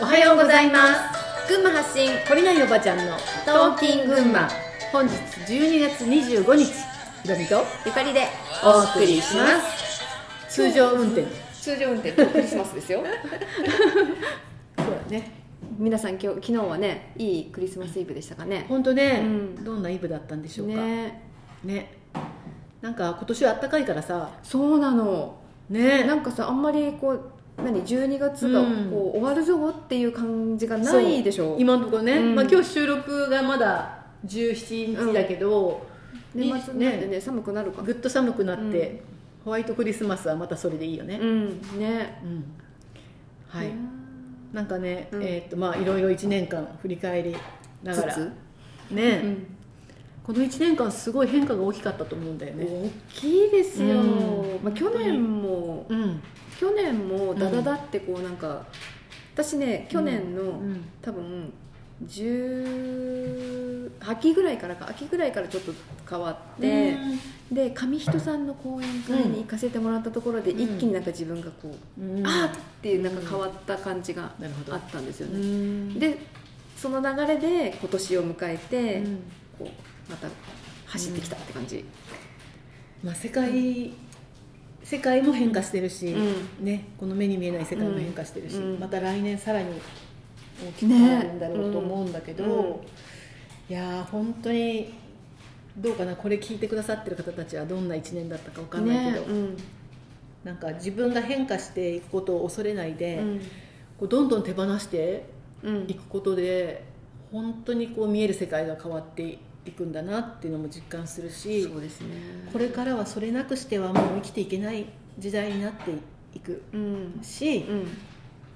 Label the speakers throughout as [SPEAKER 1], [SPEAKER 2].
[SPEAKER 1] おはようございます
[SPEAKER 2] 群馬発信懲りないおばちゃんの
[SPEAKER 1] トーキン群馬
[SPEAKER 2] 本日12月25日ひろみと
[SPEAKER 1] ゆかりで
[SPEAKER 2] お送りします通常運転
[SPEAKER 1] 通常運転とクリスマスですよ
[SPEAKER 2] そうだね
[SPEAKER 1] 皆さん今日昨日はねいいクリスマスイブでしたかね
[SPEAKER 2] 本当ね、
[SPEAKER 1] うん
[SPEAKER 2] どんなイブだったんでしょうかね
[SPEAKER 1] ね
[SPEAKER 2] なんか今年は暖かいからさ
[SPEAKER 1] そうなの
[SPEAKER 2] ね
[SPEAKER 1] なんかさあんまりこう何12月が
[SPEAKER 2] うん
[SPEAKER 1] こう終わるぞっていう感じがないでしょ、
[SPEAKER 2] 今のところね、
[SPEAKER 1] うん
[SPEAKER 2] まあ、今日収録がまだ17日だけど、
[SPEAKER 1] 年末になってね寒くなるから
[SPEAKER 2] ぐっと寒くなって、
[SPEAKER 1] うん
[SPEAKER 2] ホワイトクリスマスはまたそれでいいよね、
[SPEAKER 1] うんね
[SPEAKER 2] うんはい、なんかね、
[SPEAKER 1] うん
[SPEAKER 2] えーっとまあいろいろ1年間振り返りな
[SPEAKER 1] つ
[SPEAKER 2] がら
[SPEAKER 1] つ、
[SPEAKER 2] ね、
[SPEAKER 1] うん
[SPEAKER 2] この1年間すごい変化が大きかったと思うんだよね
[SPEAKER 1] 大きいですよ、
[SPEAKER 2] うん
[SPEAKER 1] まあ、去年も
[SPEAKER 2] うん
[SPEAKER 1] 去年もダダダってこうなんか、私ね去年の、
[SPEAKER 2] うん
[SPEAKER 1] 多分10秋ぐらいからか秋ぐらいからちょっと変わって、で上人さんの講演会に行かせてもらったところで、
[SPEAKER 2] うん
[SPEAKER 1] 一気になんか自分がこう、
[SPEAKER 2] うんうん
[SPEAKER 1] あーっていうなんか変わった感じが
[SPEAKER 2] なるほど
[SPEAKER 1] あったんですよ
[SPEAKER 2] う
[SPEAKER 1] ね、
[SPEAKER 2] ん
[SPEAKER 1] でその流れで今年を迎えて、
[SPEAKER 2] うん
[SPEAKER 1] こうまた走ってきたって感じ、
[SPEAKER 2] まあ世界世界も変化してるし、
[SPEAKER 1] う
[SPEAKER 2] ねこの目に見えない世界も変化してるし、
[SPEAKER 1] うん
[SPEAKER 2] また来年さらに大きくなるんだろうと思うんだけど、
[SPEAKER 1] ねうん
[SPEAKER 2] いやー本当にどうかなこれ聞いてくださってる方たちはどんな1年だったかわかんないけど、
[SPEAKER 1] うん
[SPEAKER 2] なんか自分が変化していくことを恐れないで、
[SPEAKER 1] うん
[SPEAKER 2] こうどんどん手放して
[SPEAKER 1] うん
[SPEAKER 2] いくことで本当にこう見える世界が変わっていくんだなっていうのも実感するし
[SPEAKER 1] そうですね
[SPEAKER 2] これからはそれなくしてはもう生きていけない時代になっていく
[SPEAKER 1] うん
[SPEAKER 2] し
[SPEAKER 1] う、ん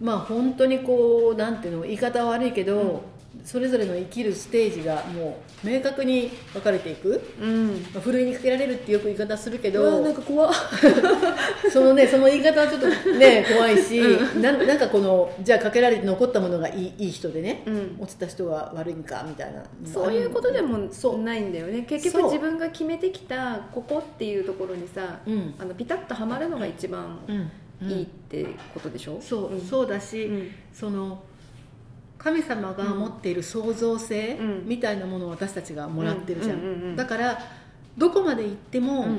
[SPEAKER 2] まあ本当にこうなんていうの言い方は悪いけど、それぞれの生きるステージがもう明確に分かれていく。
[SPEAKER 1] うん
[SPEAKER 2] まあふるいにかけられるってよく言い方するけ
[SPEAKER 1] うわ
[SPEAKER 2] ど
[SPEAKER 1] なんか怖っ
[SPEAKER 2] そのねその言い方はちょっと ね怖いし、
[SPEAKER 1] う
[SPEAKER 2] なん、なんかこのじゃあかけられて残ったものがいいいい人でね、
[SPEAKER 1] うん
[SPEAKER 2] 落ちた人は悪いんかみたいな
[SPEAKER 1] そういうことでも
[SPEAKER 2] そう
[SPEAKER 1] ないんだよね結
[SPEAKER 2] そ
[SPEAKER 1] 局
[SPEAKER 2] う
[SPEAKER 1] 自分が決めてきたここっていうところにさ、
[SPEAKER 2] うん
[SPEAKER 1] あのピタッとはまるのが一番
[SPEAKER 2] うんうん
[SPEAKER 1] いいってことでしょ、
[SPEAKER 2] そう、
[SPEAKER 1] ん
[SPEAKER 2] そうだし、
[SPEAKER 1] うん
[SPEAKER 2] その神様が持っている創造性
[SPEAKER 1] うん
[SPEAKER 2] みたいなものを私たちがもらってるじゃん,、
[SPEAKER 1] うんうんうんうん
[SPEAKER 2] だからどこまで行っても、
[SPEAKER 1] うん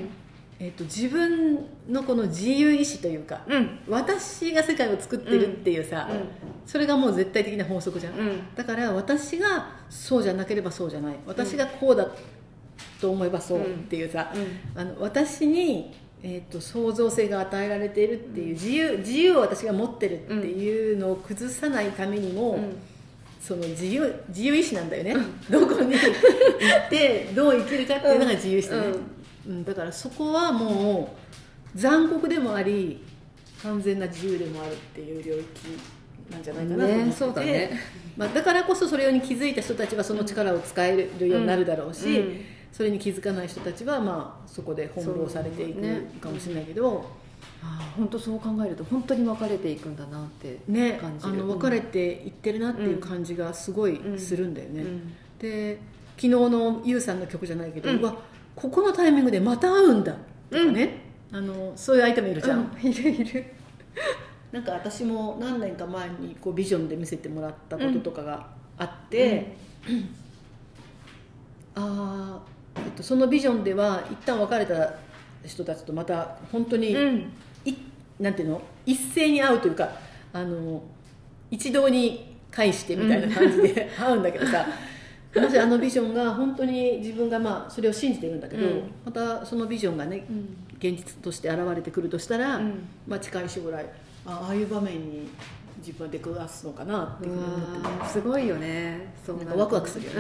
[SPEAKER 2] えっと自分のこの自由意志というか、
[SPEAKER 1] うん
[SPEAKER 2] 私が世界を作ってるっていうさ、
[SPEAKER 1] うん
[SPEAKER 2] それがもう絶対的な法則じゃん、
[SPEAKER 1] うん
[SPEAKER 2] だから私がそうじゃなければそうじゃない私がこうだと思えばそうっていうさ、あの私に、えー、と創造性が与えられているっていう自由自由を私が持ってるっていうのを崩さないためにも、
[SPEAKER 1] うん
[SPEAKER 2] その自由自由意志なんだよね、どこに行ってどう生きるかっていうのが自由意志だね、うんだからそこはもう残酷でもあり完全な自由でもあるっていう領域なんじゃないかなと思ってて、
[SPEAKER 1] ねそうだね
[SPEAKER 2] まあ、だからこそそれに気づいた人たちはその力を使えるようになるだろうし、
[SPEAKER 1] うんうん
[SPEAKER 2] それに気づかない人たちはまあそこで翻弄されてい
[SPEAKER 1] そうね
[SPEAKER 2] くかもしれないけど、
[SPEAKER 1] あー本当そう考えると本当に分かれていくんだなって
[SPEAKER 2] ね
[SPEAKER 1] 感じ
[SPEAKER 2] あ
[SPEAKER 1] る
[SPEAKER 2] の別れていってるなっていう感じがすごいするんだよね。
[SPEAKER 1] うん
[SPEAKER 2] で昨日のゆうさんの曲じゃないけど、
[SPEAKER 1] う
[SPEAKER 2] うんわここのタイミングでまた会うんだとかね、あのそういうアイテムいるじゃん、
[SPEAKER 1] うんいるいる
[SPEAKER 2] なんか私も何年か前にこうビジョンで見せてもらったこととかがあって、あー、えっと、そのビジョンでは一旦別れた人たちとまた本当に、
[SPEAKER 1] うん
[SPEAKER 2] いなんていうの一斉に会うというかあの一堂に会してみたいな感じで 会うんだけどさ、もしあのビジョンが本当に自分がまあそれを信じてるんだけど、
[SPEAKER 1] うん
[SPEAKER 2] またそのビジョンがね
[SPEAKER 1] うん
[SPEAKER 2] 現実として現れてくるとしたら、
[SPEAKER 1] うん
[SPEAKER 2] まあ、近い将来あああいう場面に自分は出くわすのかなっていうふうに思って
[SPEAKER 1] うわーすごいよねそうると
[SPEAKER 2] なんかワクワクするよね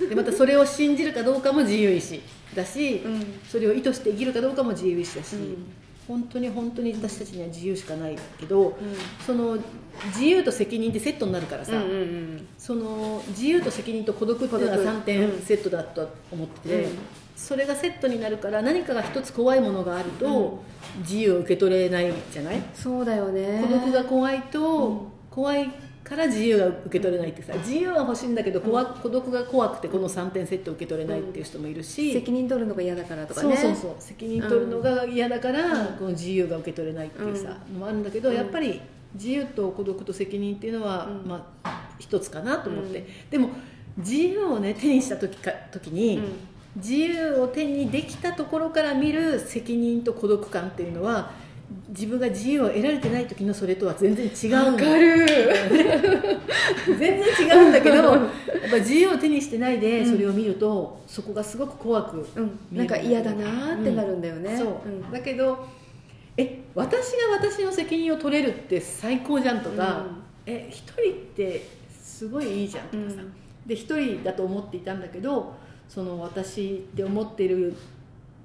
[SPEAKER 1] うん
[SPEAKER 2] てでまたそれを信じるかどうかも自由意志だし、
[SPEAKER 1] うん
[SPEAKER 2] それを意図して生きるかどうかも自由意志だし、
[SPEAKER 1] うん
[SPEAKER 2] 本当に本当に私たちには自由しかないけど、
[SPEAKER 1] ん
[SPEAKER 2] その自由と責任ってセットになるからさ、
[SPEAKER 1] うんうん
[SPEAKER 2] その自由と責任と孤独っていうのが
[SPEAKER 1] 孤独
[SPEAKER 2] 3
[SPEAKER 1] う
[SPEAKER 2] 点
[SPEAKER 1] ん
[SPEAKER 2] セットだと思ってて、
[SPEAKER 1] うん
[SPEAKER 2] それがセットになるから何かが一つ怖いものがあると自由を受け取れないじゃない、
[SPEAKER 1] そうだよね
[SPEAKER 2] 孤独が怖い
[SPEAKER 1] うん
[SPEAKER 2] と怖いから自由が受け取れないってさ自由は欲しいんだけど怖孤独が怖くてこの3点セットを受け取れないっていう人もいるし、
[SPEAKER 1] 責任取るのが嫌だからとか
[SPEAKER 2] そう
[SPEAKER 1] ね
[SPEAKER 2] そうそう責任取るのが嫌だから、この自由が受け取れないっていうさ、のもあるんだけど、
[SPEAKER 1] うん
[SPEAKER 2] やっぱり自由と孤独と責任っていうのは、
[SPEAKER 1] うん
[SPEAKER 2] まあ、一つかなと思って、
[SPEAKER 1] うん
[SPEAKER 2] でも自由をね手にした時か時に、自由を手にできたところから見る責任と孤独感っていうのは自分が自由を得られてない時のそれとは全然違
[SPEAKER 1] わ、
[SPEAKER 2] うんだ
[SPEAKER 1] かる
[SPEAKER 2] 全然違うんだ けどやっぱ自由を手にしてないでそれを見ると、そこがすごく怖く
[SPEAKER 1] うん、なんか嫌だなーってなるんだよね、
[SPEAKER 2] そう、
[SPEAKER 1] ん
[SPEAKER 2] だけどえ私が私の責任を取れるって最高じゃんとか、
[SPEAKER 1] うん
[SPEAKER 2] え一人ってすごいいいじゃんとかさ、
[SPEAKER 1] うん
[SPEAKER 2] で一人だと思っていたんだけどその私って思ってる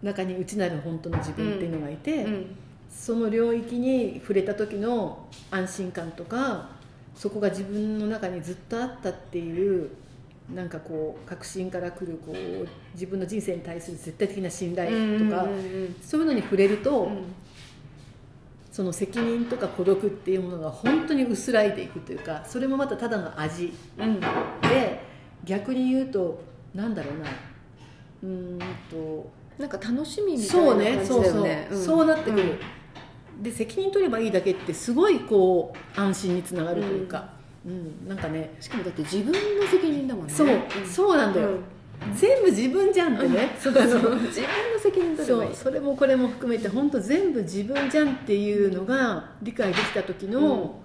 [SPEAKER 2] 中に内なる本当の自分っていうのがいて、
[SPEAKER 1] うん
[SPEAKER 2] その領域に触れた時の安心感とかそこが自分の中にずっとあったっていうなんかこう確信からくるこう自分の人生に対する絶対的な信頼とか、
[SPEAKER 1] うんうん
[SPEAKER 2] そういうのに触れると、
[SPEAKER 1] うんうん
[SPEAKER 2] その責任とか孤独っていうものが本当に薄らいでいくというかそれもまたただの味
[SPEAKER 1] うん
[SPEAKER 2] で逆に言うとなんだろうなうーんと
[SPEAKER 1] なんか楽しみみたいな
[SPEAKER 2] そう
[SPEAKER 1] 感じだよ
[SPEAKER 2] ね
[SPEAKER 1] ね
[SPEAKER 2] そうそう、
[SPEAKER 1] ん
[SPEAKER 2] そうなってくる、で責任取ればいいだけってすごいこう安心につながるというか、うんなんかね
[SPEAKER 1] しかもだって自分の責任だもんね
[SPEAKER 2] そう、そうなんだよ、全部自分じゃんってね、
[SPEAKER 1] そうそう自分の責任取れば
[SPEAKER 2] そ
[SPEAKER 1] いうい
[SPEAKER 2] それもこれも含めて本当全部自分じゃんっていうのが理解できた時の、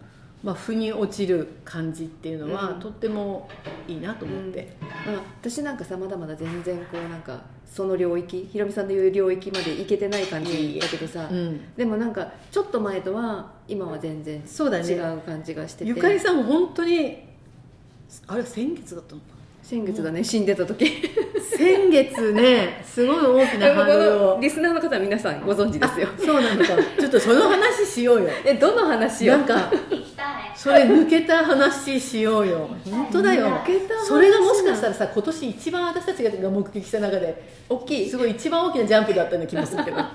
[SPEAKER 2] まあ、腑に落ちる感じっていうのは、
[SPEAKER 1] うん
[SPEAKER 2] とってもいいなと思って、
[SPEAKER 1] まあ、私なんかさまだまだ全然こうなんかその領域ひろみさんの言う領域までいけてない感じだけどさ、
[SPEAKER 2] うん
[SPEAKER 1] でもなんかちょっと前とは今は全然
[SPEAKER 2] そうだ
[SPEAKER 1] 違
[SPEAKER 2] ね
[SPEAKER 1] う感じがしてて
[SPEAKER 2] ゆかりさんも本当にあれ先月だったのか
[SPEAKER 1] 先月だね死んでた時
[SPEAKER 2] な先月ねすごい大きな反 応を
[SPEAKER 1] リスナーの方は皆さんご存知で すよ
[SPEAKER 2] そうなのかちょっとその話しようよ
[SPEAKER 1] えどの話
[SPEAKER 2] な
[SPEAKER 1] を
[SPEAKER 2] んか
[SPEAKER 3] 行きたい。
[SPEAKER 2] それ抜けた話しようよ本当だよ
[SPEAKER 1] 抜けた話
[SPEAKER 2] それがもしかしたらさ今年一番私たちが目撃した中で
[SPEAKER 1] 大きい
[SPEAKER 2] すごい一番大きなジャンプだったような気もするけど、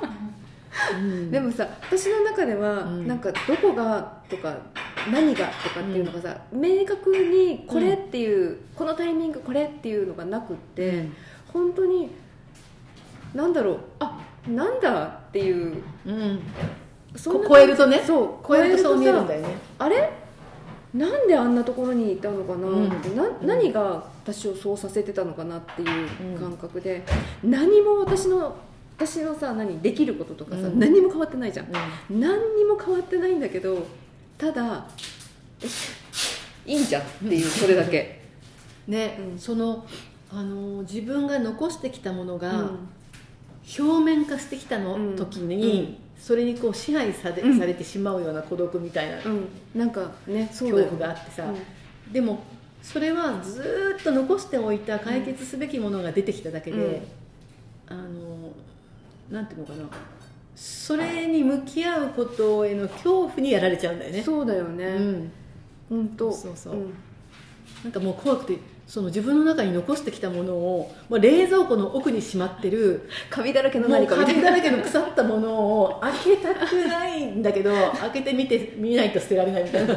[SPEAKER 2] うん
[SPEAKER 1] でもさ私の中では、
[SPEAKER 2] うん
[SPEAKER 1] なんかどこがとか何がとかっていうのがさ、明確にこれっていう、このタイミングこれっていうのがなくって、
[SPEAKER 2] うん
[SPEAKER 1] 本当になんだろうあなんだっていう
[SPEAKER 2] うん
[SPEAKER 1] そんな
[SPEAKER 2] こ超えるとね
[SPEAKER 1] そう
[SPEAKER 2] こうやるとそう見えるんだ
[SPEAKER 1] よ
[SPEAKER 2] よね
[SPEAKER 1] あれなんであんなところにいたのかな
[SPEAKER 2] うん
[SPEAKER 1] って、な
[SPEAKER 2] うん
[SPEAKER 1] 何が私をそうさせてたのかなっていう感覚で、何も私の私のさ何できることとかさ、
[SPEAKER 2] うん
[SPEAKER 1] 何も変わってないじゃん
[SPEAKER 2] うん
[SPEAKER 1] 何にも変わってないんだけどただえいいんじゃんっていうそれだけ、
[SPEAKER 2] ね、
[SPEAKER 1] うん
[SPEAKER 2] そのあの自分が残してきたもの
[SPEAKER 1] う
[SPEAKER 2] が、
[SPEAKER 1] ん
[SPEAKER 2] 表面化してきたの、
[SPEAKER 1] うん
[SPEAKER 2] 時
[SPEAKER 1] うん
[SPEAKER 2] に、それにこう支配され,、
[SPEAKER 1] うん
[SPEAKER 2] されてしまうような孤独みたいな
[SPEAKER 1] うん、なんかねそう
[SPEAKER 2] 恐
[SPEAKER 1] だよ
[SPEAKER 2] 怖があってさ、
[SPEAKER 1] う
[SPEAKER 2] でもそれはずーっと残しておいた解決すべきものが出てきただけで、
[SPEAKER 1] うん
[SPEAKER 2] あのなんていうのかなそれに向き合うことへの恐怖にやられちゃうんだよ
[SPEAKER 1] ん
[SPEAKER 2] ね。
[SPEAKER 1] そうだよね、
[SPEAKER 2] うん、
[SPEAKER 1] ほんと
[SPEAKER 2] そうそう
[SPEAKER 1] うん
[SPEAKER 2] なんかもう怖くてその自分の中に残してきたものをもう冷蔵庫の奥にしまってる
[SPEAKER 1] カビだらけの
[SPEAKER 2] もう
[SPEAKER 1] 何かみた
[SPEAKER 2] 壁
[SPEAKER 1] い
[SPEAKER 2] だ
[SPEAKER 1] な
[SPEAKER 2] らけの腐ったものを開けたくないんだけど開けてみて見ないと捨てられないみたいな、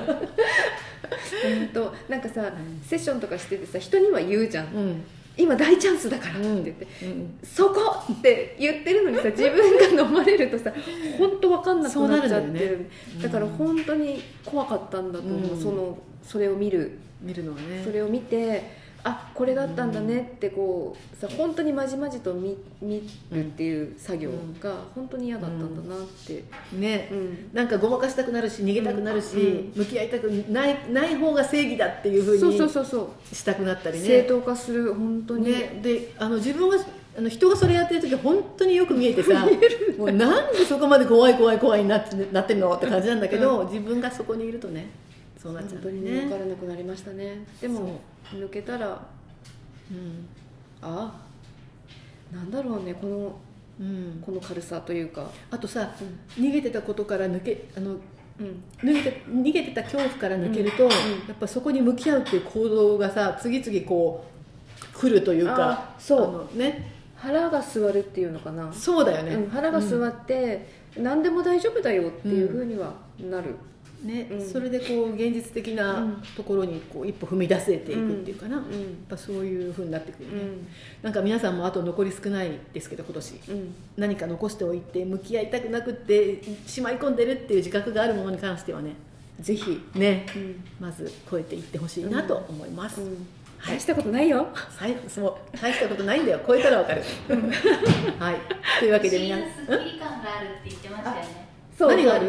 [SPEAKER 1] ほんとなんかさ、セッションとかしててさ人には言うじゃん
[SPEAKER 2] うん
[SPEAKER 1] 今大チャンスだからって言って、
[SPEAKER 2] うん、
[SPEAKER 1] そこって言ってるのにさ 自分が飲まれるとさ本当わかんなくなっちゃ
[SPEAKER 2] そうな
[SPEAKER 1] って
[SPEAKER 2] るん
[SPEAKER 1] る
[SPEAKER 2] だよ
[SPEAKER 1] だから本当に怖かったんだと思う、
[SPEAKER 2] うん
[SPEAKER 1] そのそれを見る
[SPEAKER 2] 見るのはね
[SPEAKER 1] それを見てあこれだったんだねってこうさ本当にまじまじと見見るっていう作業が本当に嫌だったんだなって、
[SPEAKER 2] ね
[SPEAKER 1] うん
[SPEAKER 2] なんかごまかしたくなるし逃げたくなるし、
[SPEAKER 1] うん
[SPEAKER 2] 向き合いたくないない方が正義だっていうふ
[SPEAKER 1] そううそう
[SPEAKER 2] に
[SPEAKER 1] そうそう、
[SPEAKER 2] したくなったりね
[SPEAKER 1] 正当化する本当に、
[SPEAKER 2] ねであの自分があの人がそれやってる時本当によく見えてさもうなんでそこまで怖い怖い怖いになってなってんのって感じなんだけど、自分がそこにいるとねそうなっ
[SPEAKER 1] 本
[SPEAKER 2] ちゃうんだ
[SPEAKER 1] 当
[SPEAKER 2] よ
[SPEAKER 1] に
[SPEAKER 2] ね
[SPEAKER 1] 分からなくなりましたねでも抜けたら
[SPEAKER 2] うん
[SPEAKER 1] あなんだろうねこの
[SPEAKER 2] うん、
[SPEAKER 1] この軽さというか、
[SPEAKER 2] あとさ逃げてたことから抜けあの
[SPEAKER 1] う
[SPEAKER 2] 逃
[SPEAKER 1] ん、
[SPEAKER 2] げて逃げてた恐怖から抜けると、
[SPEAKER 1] うん
[SPEAKER 2] やっぱそこに向き合うっていう行動がさ次々こう来るというか
[SPEAKER 1] あそう
[SPEAKER 2] あのね
[SPEAKER 1] 腹が座るっていうのかな、
[SPEAKER 2] そうだよね、
[SPEAKER 1] うん、腹が座って、何でも大丈夫だよっていうふうにはなる、
[SPEAKER 2] うんね
[SPEAKER 1] うん
[SPEAKER 2] それでこう現実的
[SPEAKER 1] う
[SPEAKER 2] なんところにこう一歩踏み出せていくっていうかな、
[SPEAKER 1] う
[SPEAKER 2] やっ
[SPEAKER 1] ん
[SPEAKER 2] ぱそういうふうになってくる
[SPEAKER 1] う
[SPEAKER 2] ね、
[SPEAKER 1] ん
[SPEAKER 2] なんか皆さんもあと残り少ないですけど今年
[SPEAKER 1] うん
[SPEAKER 2] 何か残しておいて向き合いたくなくってしまい込んでるっていう自覚があるものに関してはね
[SPEAKER 1] ぜひ、
[SPEAKER 2] ね
[SPEAKER 1] うん
[SPEAKER 2] まず超えていってほしいなと思います、
[SPEAKER 1] うん
[SPEAKER 2] はい
[SPEAKER 1] 大したことな いよ
[SPEAKER 2] はい、そう大したことないんだよ超えたらわかる、はい、というわけで皆
[SPEAKER 3] 不
[SPEAKER 2] ん
[SPEAKER 3] 思議なスッキリ感があるって言ってましたよね
[SPEAKER 2] 何がある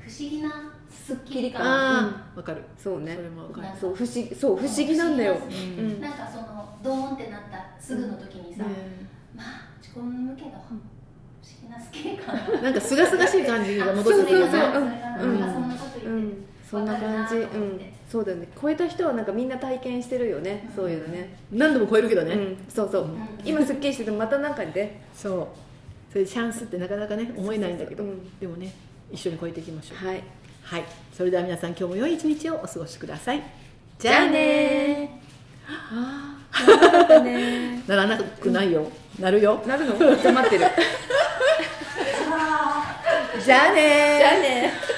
[SPEAKER 3] 不思議なスッキリ感
[SPEAKER 2] ああわかる
[SPEAKER 1] そうね
[SPEAKER 2] それもわかる
[SPEAKER 1] そう不思議そう不思議なんだよ
[SPEAKER 3] 不思議ですね
[SPEAKER 1] うん
[SPEAKER 3] なんかそのドーンってなったすぐの時にさ、まあ落ち込むけど不思議なスッキリ感が
[SPEAKER 2] なんかすがすがしい感じが戻
[SPEAKER 3] そ
[SPEAKER 2] っ
[SPEAKER 3] う
[SPEAKER 2] て
[SPEAKER 3] そ
[SPEAKER 2] く
[SPEAKER 3] う
[SPEAKER 2] る
[SPEAKER 3] そう
[SPEAKER 2] かな
[SPEAKER 3] それがなんかそんなこと
[SPEAKER 1] う
[SPEAKER 3] 言って
[SPEAKER 1] んそんな感じ
[SPEAKER 3] わ
[SPEAKER 1] う
[SPEAKER 3] かるなと思っ
[SPEAKER 1] ん
[SPEAKER 3] て
[SPEAKER 1] そうだよね超えた人はなんかみんな体験してるよね
[SPEAKER 3] うん
[SPEAKER 1] そういうのね
[SPEAKER 2] 何度も超えるけどね、
[SPEAKER 1] うんそうそう
[SPEAKER 2] うん
[SPEAKER 1] 今すっきりしててもまたなんかで
[SPEAKER 2] そうそれチャンスってなかなかね思えないんだけど
[SPEAKER 1] そうそうそううん
[SPEAKER 2] でもね一緒に超えていきましょう
[SPEAKER 1] はい
[SPEAKER 2] はいそれでは皆さん今日も良い一日をお過ごしくださいじ
[SPEAKER 1] じ
[SPEAKER 2] ゃ
[SPEAKER 1] ゃ
[SPEAKER 2] あ
[SPEAKER 1] あ
[SPEAKER 2] ね
[SPEAKER 1] ねああね
[SPEAKER 2] ならなくないよ なるよ
[SPEAKER 1] なるのじゃあ待ってる
[SPEAKER 2] じゃあね
[SPEAKER 1] ね